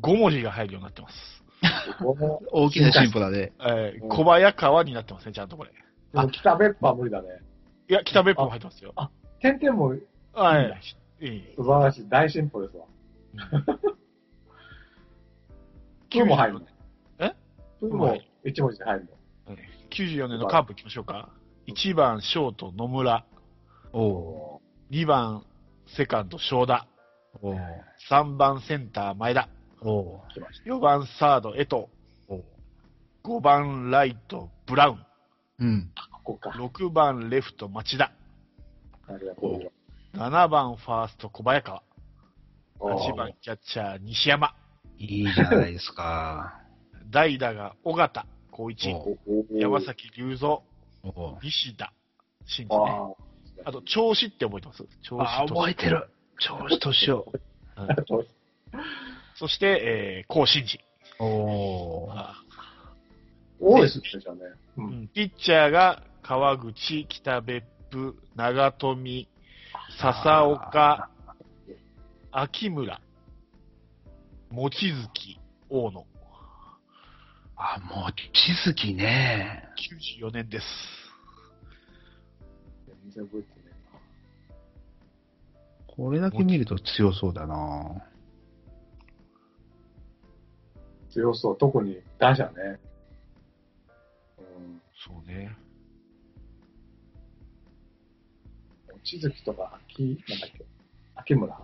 Speaker 3: 5文字が入るようになってます。
Speaker 1: なここ
Speaker 2: 大きな進歩だね。
Speaker 3: え
Speaker 1: う
Speaker 3: ー、
Speaker 1: ん
Speaker 3: 小早川になってますね、ちゃんとこれ。
Speaker 1: でも北別府は無理だね。
Speaker 3: いや、北別府も入ってますよ。
Speaker 1: 点々も
Speaker 3: はい。いい。
Speaker 1: 素晴らしい。大進歩ですわ。プーも入るの。
Speaker 3: え
Speaker 1: プーも1文字で入るの。
Speaker 3: 94年のカープ行きましょうか。1番、ショート、野村。
Speaker 2: おう
Speaker 3: 2番、セカンド、正田。
Speaker 2: おう
Speaker 3: 3番、センター、前田。
Speaker 2: おう
Speaker 1: 来まし
Speaker 3: 4番、サード、江藤。
Speaker 2: おう
Speaker 3: 5番、ライト、ブラウン。
Speaker 2: うん。
Speaker 1: た。ここか。
Speaker 3: 6番、レフト、町田。
Speaker 1: ありがとう。
Speaker 3: 7番、ファースト、小早川。8
Speaker 1: あ
Speaker 3: 番、キャッチャー、西山。
Speaker 2: いいじゃないです か。
Speaker 3: 代打が、尾形、光一。
Speaker 2: お
Speaker 1: ーおー
Speaker 3: 山崎隆三、
Speaker 2: おう
Speaker 3: 西田、新
Speaker 1: あ
Speaker 3: 地ね。
Speaker 1: ー
Speaker 3: あと、調子って覚えてます調子
Speaker 2: ああ、覚えてる。調子としよ
Speaker 1: そう
Speaker 3: そして、えー、甲信地。
Speaker 2: う。おー
Speaker 1: 多いですね、じゃあね。う。
Speaker 3: うんんピッチャーが川口、北別府、長富、笹岡、秋村、望月、大野。
Speaker 2: あ、もう、地図きね。
Speaker 3: 94年です。
Speaker 1: 全然覚えてね
Speaker 2: これだけ見ると強そうだな
Speaker 1: えな。強そう。特に打者ね。うん。
Speaker 3: そうね。
Speaker 1: 望月とか秋、なんだっけ。秋村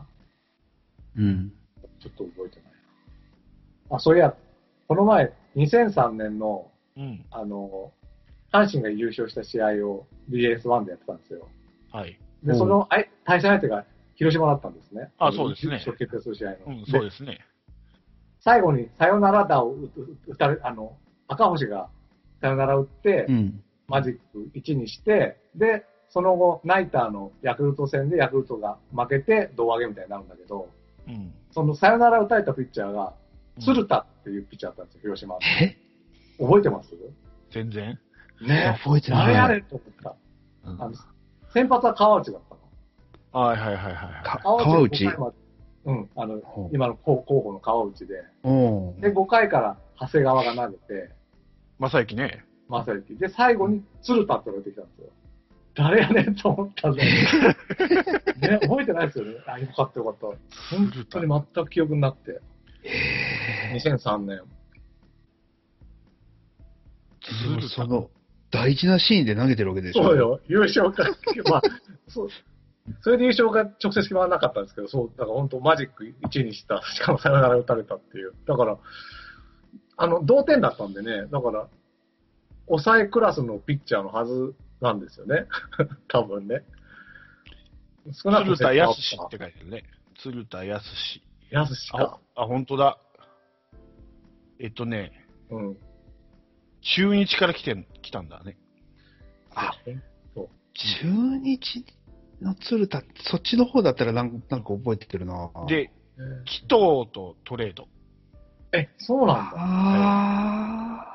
Speaker 2: うん。
Speaker 1: ちょっと覚えてないな。あ、そういや、この前、2003年の、
Speaker 3: うん。
Speaker 1: あの、阪神が優勝した試合を BS1 でやってたんですよ。
Speaker 3: はい。
Speaker 1: で、そのあい対戦相手が広島だったんですね。
Speaker 3: あそうですね
Speaker 1: 優勝決定する試合の。
Speaker 3: うん、そう
Speaker 1: で
Speaker 3: ですね。
Speaker 1: 最後にサヨナラ打を打打たれ、あの、赤星がサヨナラ打って、
Speaker 2: うん。
Speaker 1: マジック1にして、で、その後、ナイターのヤクルト戦でヤクルトが負けて胴上げみたいになるんだけど、
Speaker 3: うん。
Speaker 1: そのサヨナラ打たれたピッチャーが、
Speaker 3: うん
Speaker 1: 鶴田っていうピッチャーだったんですよ、広島。
Speaker 2: え
Speaker 1: 覚えてます
Speaker 3: 全然。
Speaker 1: ね
Speaker 2: 覚えて
Speaker 1: あれあ
Speaker 2: な
Speaker 1: れ
Speaker 2: い。
Speaker 1: と思った。
Speaker 3: うん
Speaker 1: あの、先発は川内だったの。
Speaker 3: はいはいはいは
Speaker 2: か川内
Speaker 1: 5回までうん、あの、
Speaker 2: ほう
Speaker 1: 今の候候補の川内で。
Speaker 2: お
Speaker 1: で、5回から長谷川が投げて、
Speaker 3: い。正幸ね。
Speaker 1: 正幸。で、最後に鶴田って言われてきたんですよ。誰やねんと思ったんだけどね、覚えてないですよね。あ、よかったよかった。
Speaker 3: 鶴田。
Speaker 1: 本当に全く記憶になって。2003年。
Speaker 2: でもその、大事なシーンで投げてるわけでしょ。
Speaker 1: そう。よ、優勝か、まあ、そう、それで優勝が直接決まらなかったんですけど、そう、だから本当マジック1にした、しかもサヨナラ打たれたっていう。だから、あの、同点だったんでね、だから、 抑えクラスのピッチャーのはずなんですよね。多分ね。少な
Speaker 3: 鶴
Speaker 1: く
Speaker 3: 田
Speaker 1: や
Speaker 3: 康
Speaker 1: すし
Speaker 3: って書いてあるね。鶴田康
Speaker 1: やすし
Speaker 3: あ
Speaker 1: か。、
Speaker 3: あ、本当だ。えっとね、
Speaker 1: うん。
Speaker 3: 中日から来てん、来たんだね。
Speaker 2: あ
Speaker 1: そうね
Speaker 2: 中日の鶴田、そっちの方だったらなんなんか覚えてるな。
Speaker 3: で、紀藤とトレード。
Speaker 1: えーえ、そうなんだ。
Speaker 2: ああ。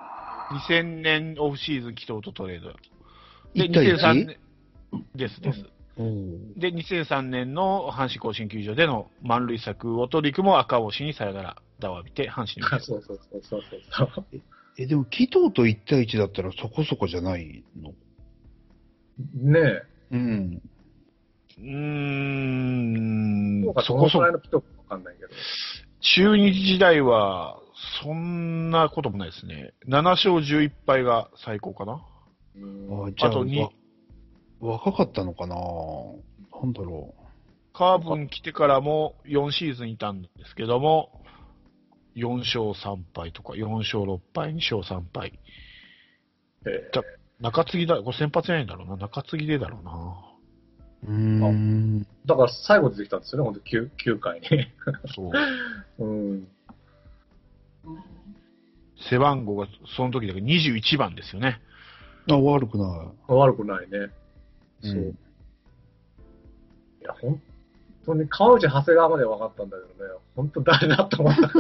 Speaker 3: 2000年オフシーズン紀藤とトレード。で、
Speaker 2: 一対一
Speaker 3: 2003年、ですです。
Speaker 2: うん
Speaker 3: で、2003年の阪神甲子園球場での満塁策を取り組む赤星にさよなら打を浴びて、阪神に
Speaker 1: あ そうそうそうそうそうそう。
Speaker 2: え、でも、紀藤と1対1だったらそこそこじゃないの
Speaker 1: ねえ。
Speaker 2: うん。
Speaker 3: うーん
Speaker 1: そう、か、
Speaker 3: そ
Speaker 1: そ
Speaker 3: こ
Speaker 1: こそ
Speaker 3: そこ
Speaker 1: こら。いの人かわかんないけど。
Speaker 3: 中日時代は、そんなこともないですね。7勝11敗が最高かな。
Speaker 2: あ
Speaker 1: うん
Speaker 2: じゃあ
Speaker 3: あとに
Speaker 2: わ若かったのかななんだろ
Speaker 3: カーブに来てからも4シーズンいたんですけども、4勝3敗とか、4勝6敗、2勝3敗。
Speaker 1: え
Speaker 3: だ中継ぎだ、これ先発じゃないんだろうな。中継ぎでだろうな。
Speaker 2: う。うーん。
Speaker 1: だから最後出てきたんですよね、ほんと 9, 9回 に。
Speaker 3: そう。
Speaker 1: うん。
Speaker 3: 背番号がその時だけ21番ですよね。
Speaker 2: あ、悪くな
Speaker 1: 悪くないね。
Speaker 2: い。
Speaker 1: そう。
Speaker 2: ん
Speaker 1: いや、本当に川内長谷川まで分かったんだけどね、本当誰だと思った。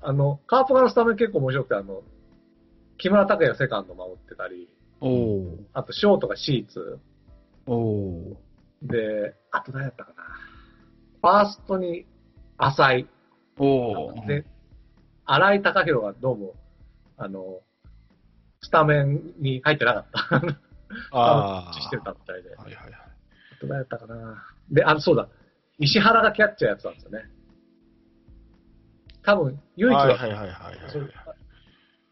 Speaker 1: あの、カープ側のスタメン結構面白くて、あの、木村拓哉セカンド守ってたり、
Speaker 2: お
Speaker 1: あとショートがシーツ。
Speaker 2: おお
Speaker 1: で、あと誰だったかな。ファーストに浅井。
Speaker 2: おおー
Speaker 1: で、荒井貴弘がどうも、あの、スタメンに入ってなかった。
Speaker 3: ああ。
Speaker 1: してたみたいで。
Speaker 3: はいはいはい。
Speaker 1: どうやったかな。で、あの、そうだ。石原がキャッチャーやってたんですよね。多分、唯一
Speaker 3: はい
Speaker 1: は
Speaker 3: はいはいはいはい。
Speaker 1: そう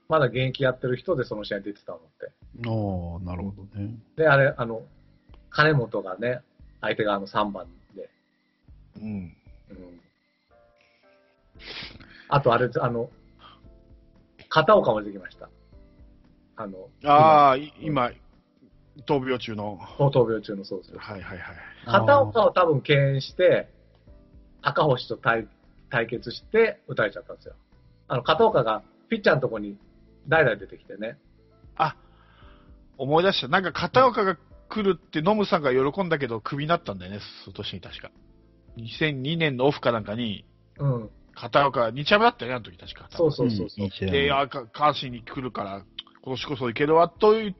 Speaker 1: まだ現役やってる人でその試合に出てたのって。
Speaker 2: ああ、なるほどね。
Speaker 1: で、あれ、あの、金本がね、相手側の3番で。
Speaker 3: うん。
Speaker 1: うん。あと、あれ、あの、片岡も出てきました。あの、
Speaker 3: ああ、い今、闘病中の。
Speaker 1: 高等病中のそうですよ。
Speaker 3: はいはいはい。
Speaker 1: 片岡を多分敬遠して、赤星と対対決して打たれちゃったんですよ。あの、片岡がピッチャーのとこに代々出てきてね。
Speaker 3: あ、思い出した。なんか片岡が来るってノムさんが喜んだけど、クビになったんだよね、その年に確か。2002年のオフかなんかに、
Speaker 1: うん。
Speaker 3: 片岡、2着だったよね、あの時確か。
Speaker 1: そうそうそうそう。
Speaker 2: んいい試
Speaker 3: で、
Speaker 2: 合
Speaker 3: あ、か、関西に来るから、今年こそいけるわ、という、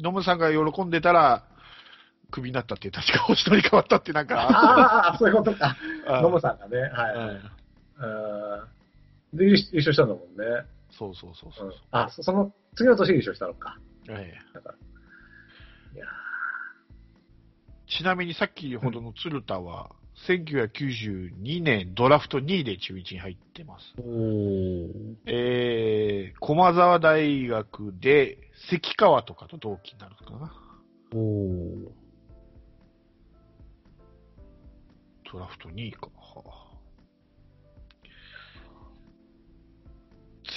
Speaker 3: ノムさんが喜んでたら、クビになったって、確か星取り変わったって、なん
Speaker 1: あ
Speaker 3: か、
Speaker 1: ああ、そういうこと か。
Speaker 3: あ
Speaker 1: 野茂さんがね、はい。
Speaker 3: うん
Speaker 1: うん、で、優優勝したんだもんね。
Speaker 3: そうそうそう
Speaker 1: う
Speaker 3: そ
Speaker 1: ん
Speaker 3: う。、
Speaker 1: あ、そその、次の年優勝したのか。
Speaker 3: ええ
Speaker 1: いや
Speaker 3: ちなみにさっきほどの鶴田は、1992年ドラフト2位で中日に入ってます。
Speaker 2: おお
Speaker 3: えー、駒沢大学で関川とかと同期になるのかな。
Speaker 2: おお
Speaker 3: ドラフト2位か。はあ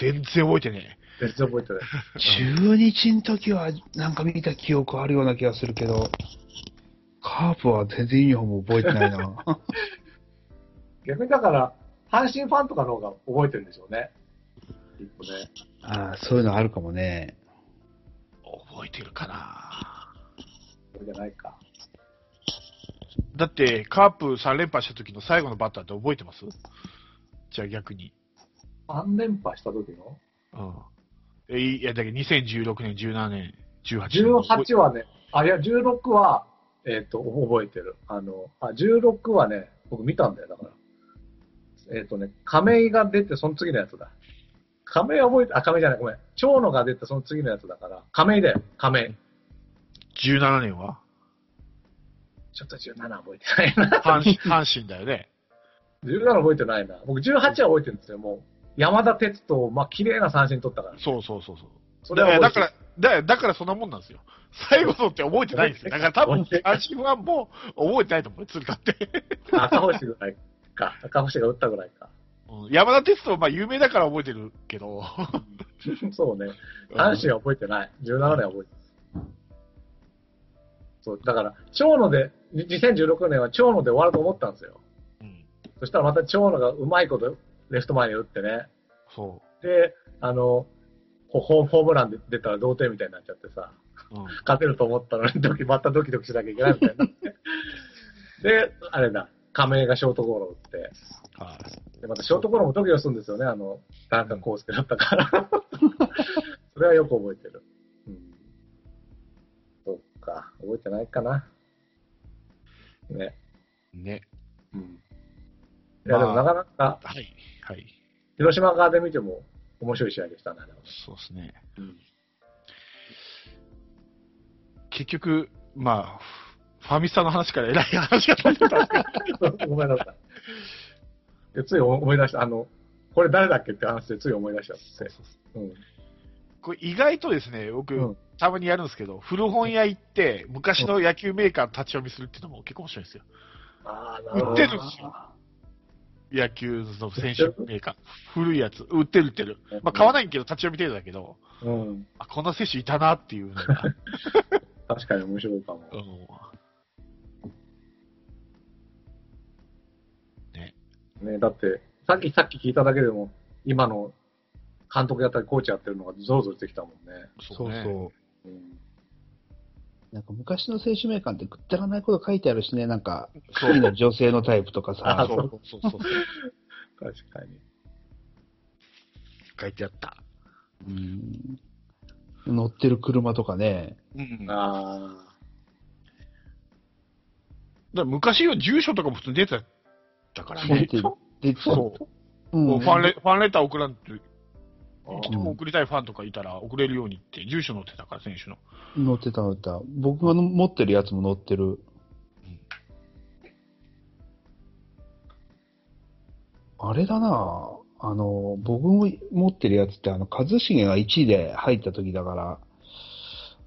Speaker 3: 全然覚えてね
Speaker 1: ー全然覚え てない。
Speaker 2: 中日の時はなんか見た記憶あるような気がするけど、カープは全然ユニフォーム覚えてないな。
Speaker 1: 逆にだから、阪神ファンとかの方が覚えてるんでしょうね。一個ね。
Speaker 2: ああ、そういうのあるかもね。
Speaker 3: え。覚えてるかな
Speaker 1: それじゃないか。
Speaker 3: だって、カープ3連覇した時の最後のバッターって覚えてますじゃあ逆に。
Speaker 1: 3連覇した時の
Speaker 3: うん。えいいや、だけど2016年、17年、18年。
Speaker 1: 18はね、あ、いや、16は、えっ、と、覚えてる。あの、あ、16はね、僕見たんだよ、だから。えっ、とね、亀井が出て、その次のやつだ。亀井は覚えて、あ、亀井じゃない、ごめん。長野が出て、その次のやつだから、亀井だよ、亀井。
Speaker 3: 17年は
Speaker 1: ちょっと17覚えてないな。
Speaker 3: 阪神、阪神だよね。
Speaker 1: 17覚えてないな。僕18は覚えてるんですよ、もう。山田哲人、まあ、綺麗な三振取ったから。
Speaker 3: そうそうそうそう。
Speaker 1: そ
Speaker 3: だから、だか
Speaker 1: 覚えてる
Speaker 3: ら、だだからそんなもんなんですよ。最後のって覚えてないんですよ。だから多分、
Speaker 1: 覚えて
Speaker 3: 阪神ファンも覚えてないと思うよ、鶴田って。
Speaker 1: 赤星ぐらいか。赤星が打ったぐらいか。
Speaker 3: うん山田哲人、まあ有名だから覚えてるけど。
Speaker 1: そうね。阪神は覚えてない。17年は覚えてそう、だから、長野で、2016年は長野で終わると思ったんですよ。
Speaker 3: うん。
Speaker 1: そしたらまた長野がうまいことレフト前に打ってね。
Speaker 3: そ
Speaker 1: で、あの、ホホホームランで出たら同点みたいになっちゃってさ、
Speaker 3: う。うん。
Speaker 1: 勝てると思ったのにドキ、またドキドキしなきゃいけないみたいになって。で、あれだ、亀井がショートゴロを打って、
Speaker 3: はい。
Speaker 1: で、またショートゴロもドキドキするんですよね、あの、田中康介だった から。それはよく覚えてる。うん。そっか、覚えてないかな。ね。
Speaker 3: ね。
Speaker 1: うん。いや、でもなかなか、
Speaker 3: はい。はい。
Speaker 1: 広島側で見ても面白い試合でしたね、あれは
Speaker 3: そうですね。
Speaker 1: うん
Speaker 3: 結局、まあ、フファミスタの話から偉い話が飛んでたんですけど。
Speaker 1: ごめんなさいで。つい思い出した。あの、これ誰だっけって話でつい思い出しちゃ って。うん。
Speaker 3: これ意外とですね、僕、
Speaker 1: うん
Speaker 3: たまにやるんですけど、古本屋行って、昔の野球メーカーの立ち読みするっていうのも結構面白いんですよ。
Speaker 1: ああ、な
Speaker 3: 売ってるんですよ。野球の選手メーカー。古いやつ。売ってる売ってる。まあ、買わないけど、立ち読み程度だけど、
Speaker 1: うん。
Speaker 3: あ、こんな選手いたなっていうの が、
Speaker 1: 確かに面白いかも。
Speaker 3: あの
Speaker 1: ね、だって、さっきさっき聞いただけでも、今の監督やったりコーチやってるのがゾロゾロしてきたもんね。
Speaker 2: そう
Speaker 3: ね
Speaker 2: そう。
Speaker 1: うん。
Speaker 2: なんか昔の選手名鑑ってくったらないこと書いてあるしね、なんか、
Speaker 3: そう
Speaker 2: 好 きな女性のタイプとか
Speaker 1: あ
Speaker 2: さ、
Speaker 3: そう
Speaker 1: そう
Speaker 3: そうそうそう。
Speaker 1: 確かに。
Speaker 3: 書いてあった。
Speaker 2: うん乗ってる車とかね、
Speaker 3: うん。だか
Speaker 1: ああ。
Speaker 3: ら昔は住所とかも普通に出てたから
Speaker 2: 出
Speaker 3: ね。
Speaker 2: て、出て、
Speaker 3: そう。
Speaker 2: うん
Speaker 3: もうファンレファンレター送らんと、
Speaker 1: あ
Speaker 3: でも送りたいファンとかいたら送れるようにって、住所載ってたから、選手の。
Speaker 2: 乗ってた乗ってた。僕が持ってるやつも乗ってる。あれだなあの、僕も持ってるやつって、あの、一茂が1位で入った時だから、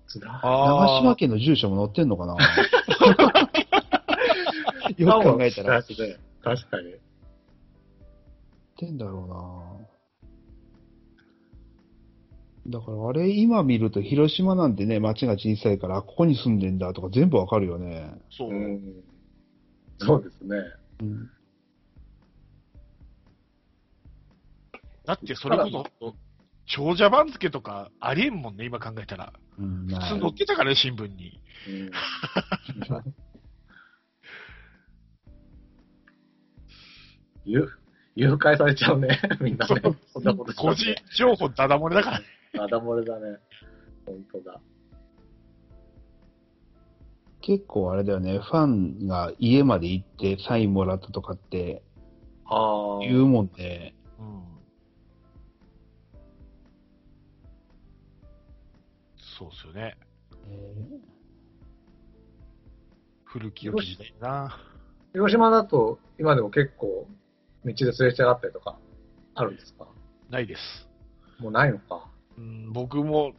Speaker 1: つらい
Speaker 2: 長島
Speaker 3: あ
Speaker 2: 県の住所も載ってんのかなよく考えたら、載っ
Speaker 1: 確かに確かに。
Speaker 2: てんだろうなだからあれ今見ると広島なんてね、町が小さいから、あここに住んでんだとか全部わかるよね。
Speaker 3: そうう。
Speaker 1: ん。そうですね。
Speaker 2: うん。
Speaker 3: だって、それこそ、長者番付とかありえんもんね、今考えたら。
Speaker 2: うん、
Speaker 3: 普
Speaker 2: まあ
Speaker 3: 通載ってたからね、新聞に。
Speaker 1: うん。誘誘拐されちゃうね、 みんなね。そんなこと
Speaker 3: 個人情報ダダ漏れだからね。
Speaker 1: あだ漏れだね。本当だ。
Speaker 2: 結構あれだよね、ファンが家まで行ってサインもらったとかって
Speaker 1: あ
Speaker 2: 言うもんね。
Speaker 3: うん。そうっすよね。古き良き時代だな。
Speaker 1: 広島だと、今でも結構、道ですれ違ったりとか、あるんですか
Speaker 3: ないです。
Speaker 1: もうないのか。
Speaker 3: うん、僕も、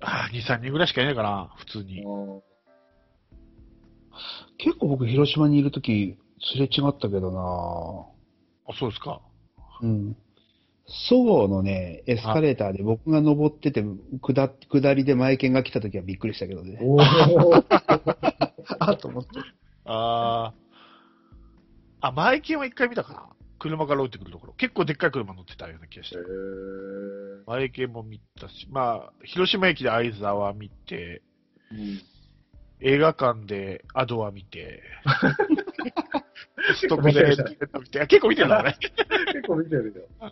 Speaker 3: あー2、3人ぐらいしかいないかな、普通に。
Speaker 1: うん
Speaker 2: 結構僕広島にいるときすれ違ったけどな
Speaker 3: あ、そうですか。
Speaker 2: うん。そごうのね、エスカレーターで僕が登ってて、下っ下りで前犬が来たときはびっくりしたけどね。
Speaker 1: おー
Speaker 2: あと思って。
Speaker 3: ああ。あ、前金は一回見たかな。車から降りてくるところ。結構でっかい車乗ってたような気がして。前金も見たし、まあ、広島駅で相沢見て、映画館でアドア見て、ストックで見て、あ結構見てるんだね。
Speaker 1: 結構見てるよ。え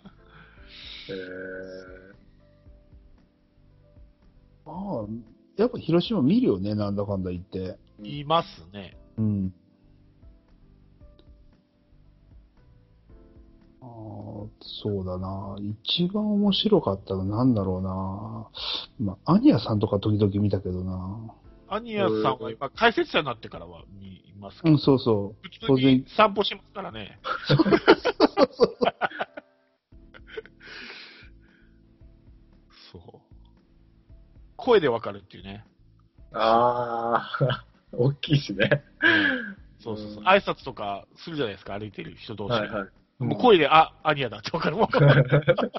Speaker 2: ああ、やっぱ広島見るよね、なんだかんだ言って。
Speaker 1: ー
Speaker 3: いますね。
Speaker 2: うん。ああ、そうだな。一番面白かったのなんだろうな。まあ、アニヤさんとか時々見たけどな。
Speaker 3: アニアさんは今、解説者になってからは見ますけ
Speaker 2: う
Speaker 3: ど
Speaker 2: ん、、そうそ
Speaker 3: 普通に散歩しますからね。そう。声でわかるっていうね。
Speaker 1: ああ、 大きいしね。
Speaker 3: そうそうそうう。
Speaker 1: ん
Speaker 3: 挨拶とかするじゃないですか、歩いてる人同士。
Speaker 1: はいはい。
Speaker 3: もう声で、あ、アニアだ ってわかるわかる。
Speaker 2: う。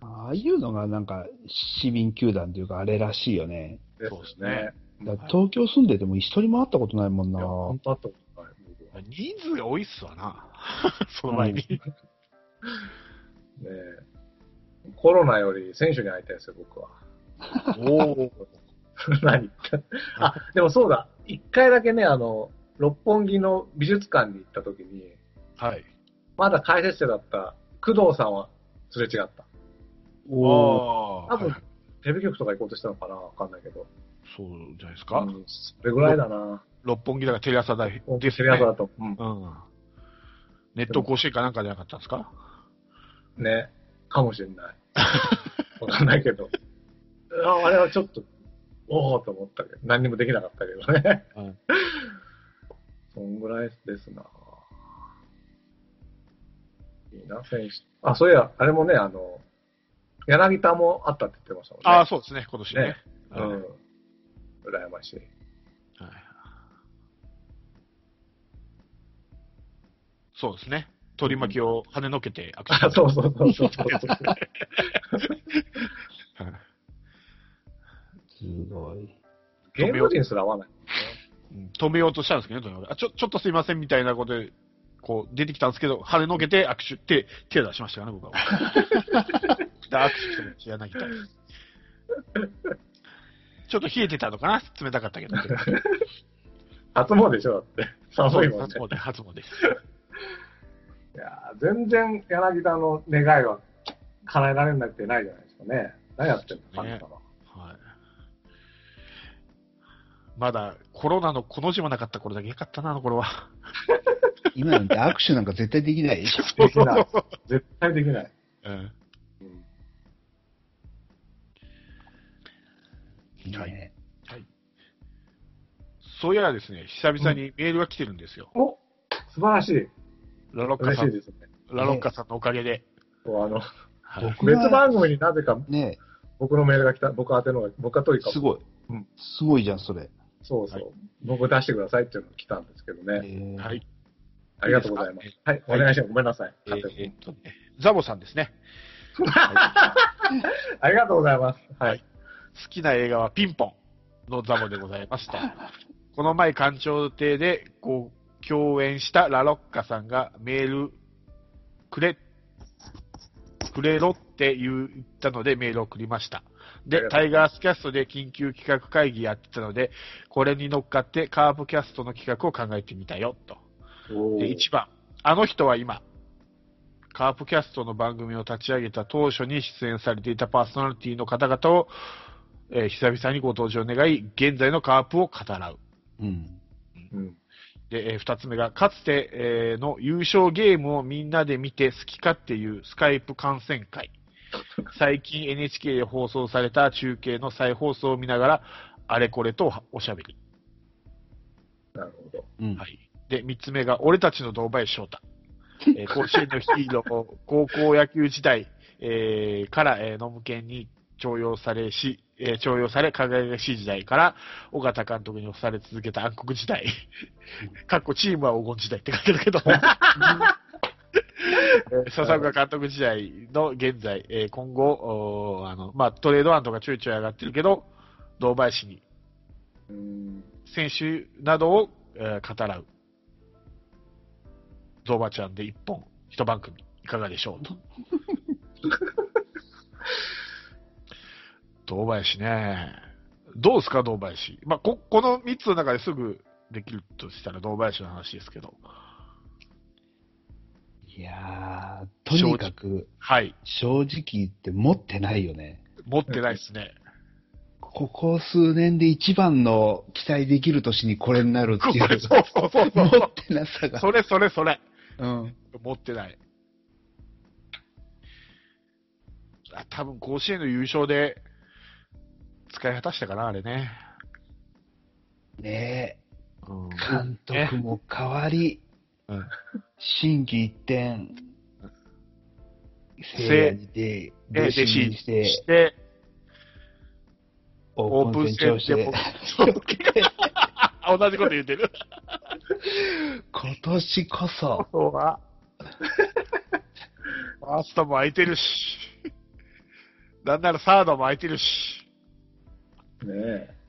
Speaker 2: あああいうのがなんか市民球団というかあれらしいよね。
Speaker 1: で
Speaker 3: そうですね。
Speaker 2: だから東京住んでても一人も会ったことないもん
Speaker 1: い
Speaker 2: な。
Speaker 1: や、本当あったことない。僕はね
Speaker 3: 人数が多いっすわな。 その前に。
Speaker 1: えコロナより選手に会いたいですよ、僕は。
Speaker 3: おお。
Speaker 1: 何言ったあ、でもそうだ。一回だけね、あの、六本木の美術館に行った時に、
Speaker 3: はい。
Speaker 1: まだ解説者だった工藤さんはすれ違った。
Speaker 2: お
Speaker 1: 多
Speaker 2: ー
Speaker 3: あー
Speaker 1: 分
Speaker 3: はい、
Speaker 1: テレビ局とか行こうとしたのかなわかんないけど。
Speaker 3: そうじゃないですか。
Speaker 1: うんそれぐらいだな。
Speaker 3: 六本木だからテレ朝だです、ね。
Speaker 1: テレ朝だと。うん
Speaker 3: うん。ネット甲子園かなんかじゃなかったんですか
Speaker 1: ね。かもしれない。わかんないけど。ああれはちょっと、おおと思ったけど、何にもできなかったけどね。
Speaker 3: うん
Speaker 1: そんぐらいですな。いいな、選手。あ、そういや、あれもね、あの、柳田もあったって言ってましたもんね。
Speaker 3: ああ、そうですね、今年ね。
Speaker 1: ね
Speaker 3: はいは
Speaker 1: う
Speaker 3: い
Speaker 1: ん。羨ましい。
Speaker 3: そうですね。取り巻きを跳ねのけて握手
Speaker 1: あ、そうそうそうそう そう。
Speaker 3: はい
Speaker 2: すごい。
Speaker 1: 芸能人すら合わない。
Speaker 3: うん止めようとしたんですけどね、取り巻きあちょちょっとすいませんみたいなことで、こう出てきたんですけど、跳ねのけて握手って手を出しましたからね、僕は。 で握手しても柳田です。ちょっと冷えてたのかな冷たかっ たけど。
Speaker 1: 初詣でしょ、だって。寒いもんね
Speaker 3: 初。詣、初詣です。
Speaker 1: いやー全然柳田の願いは叶えられなくてないじゃないですかね。何やってんの神様。
Speaker 3: はい。まだコロナのこの字もなかった頃だけよかったな、あの頃は。
Speaker 2: 今なんて握手なんか絶対できないでしょ。
Speaker 1: できない。絶対できない。
Speaker 3: うん
Speaker 1: うん
Speaker 3: はい
Speaker 2: ね
Speaker 3: そういやですね、久々にメールが来てるんですよ。
Speaker 1: お素晴らしい。
Speaker 3: ラロッカ
Speaker 1: 嬉
Speaker 3: さ
Speaker 1: しい
Speaker 3: ん、
Speaker 1: ですね。
Speaker 3: ラロッカさんのおかげで。
Speaker 1: こうあの
Speaker 3: はい
Speaker 2: 僕
Speaker 1: 別
Speaker 2: は
Speaker 1: 番組になぜか
Speaker 2: ね
Speaker 1: 僕のメールが来た、僕宛てのが、僕が取りか
Speaker 2: す
Speaker 1: も。
Speaker 2: ごい
Speaker 1: うん。
Speaker 2: すごいじゃん、それ。
Speaker 1: そうそう、
Speaker 3: はい
Speaker 1: 僕出してくださいっていうのが来たんですけどね。
Speaker 2: えー
Speaker 3: はい。
Speaker 1: ありがとうございます。
Speaker 3: いい
Speaker 1: はい、お
Speaker 3: はい
Speaker 1: 願いします。ごめんなさい。
Speaker 3: えーえーっとね、ザボさんですね。
Speaker 1: ありがとうございます。はい。
Speaker 3: 好きな映画はピンポンのザボでございま した。この前、館長亭でご共演したラロッカさんがメールくれ、くれろって言ったのでメールを送りました。で、タイガースキャストで緊急企画会議やってたので、これに乗っかってカープキャストの企画を考えてみたよ、と。
Speaker 1: お
Speaker 3: で、1番。あの人は今、カープキャストの番組を立ち上げた当初に出演されていたパーソナリティの方々を、えー久々にご登場願い、現在のカープを語らう。
Speaker 2: うん。
Speaker 1: うん。
Speaker 3: で、え2つ目が、かつて、えーの優勝ゲームをみんなで見て好きかっていうスカイプ観戦会。最近 NHK で放送された中継の再放送を見ながら、あれこれとおしゃべり。
Speaker 1: なるほど。
Speaker 2: うん
Speaker 3: は。い。で、三つ目が、俺たちの堂林翔太。えー甲子園のヒーロー、高校野球時代、えーから、えー、ノム犬に徴用されし、えー徴用され、輝かしい時代から、尾形監督に押され続けた暗黒時代。かっこチームは黄金時代って書いてるけど。えー笹岡監督時代の現在、えー今後、おーあの、まあ、トレード案とかちょいちょい上がってるけど、堂林に
Speaker 1: うん。
Speaker 3: 選手などを、えー語らう。ゾバちゃんで一本、一番組、いかがでしょ うと。堂林ね。どうですか、堂林。まあ、こ、この三つの中ですぐできるとしたら堂林の話ですけど。
Speaker 2: いやー、とにかく、
Speaker 3: はい。
Speaker 2: 正直言って持ってないよね。
Speaker 3: 持ってないですね。
Speaker 2: ここ数年で一番の期待できる年にこれになるってい
Speaker 3: これ
Speaker 2: う、
Speaker 3: そうそうそう
Speaker 2: 持
Speaker 3: そう
Speaker 2: っ。てなさが。
Speaker 3: それそれそれ。
Speaker 2: うん。
Speaker 3: 持ってない。あ多分甲子園の優勝で使い果たしたかな、あれね。
Speaker 2: ね
Speaker 3: うん
Speaker 2: え、監督も変わり、
Speaker 3: うん
Speaker 2: 新規一転、
Speaker 3: せ
Speaker 2: 聖夜にて、
Speaker 3: で、
Speaker 2: 弟
Speaker 3: 弟子
Speaker 2: 子に
Speaker 3: し
Speaker 2: して、
Speaker 3: て、
Speaker 2: オ
Speaker 3: オ
Speaker 2: ー
Speaker 3: ー
Speaker 2: プン
Speaker 3: プン
Speaker 2: 戦
Speaker 3: 戦
Speaker 2: を
Speaker 3: で
Speaker 2: して、
Speaker 3: 同じこと言ってる。
Speaker 2: 今年こそ、
Speaker 3: そうは。ファーストも空いてるし。なんならサードも空いてるし。
Speaker 1: ねえ。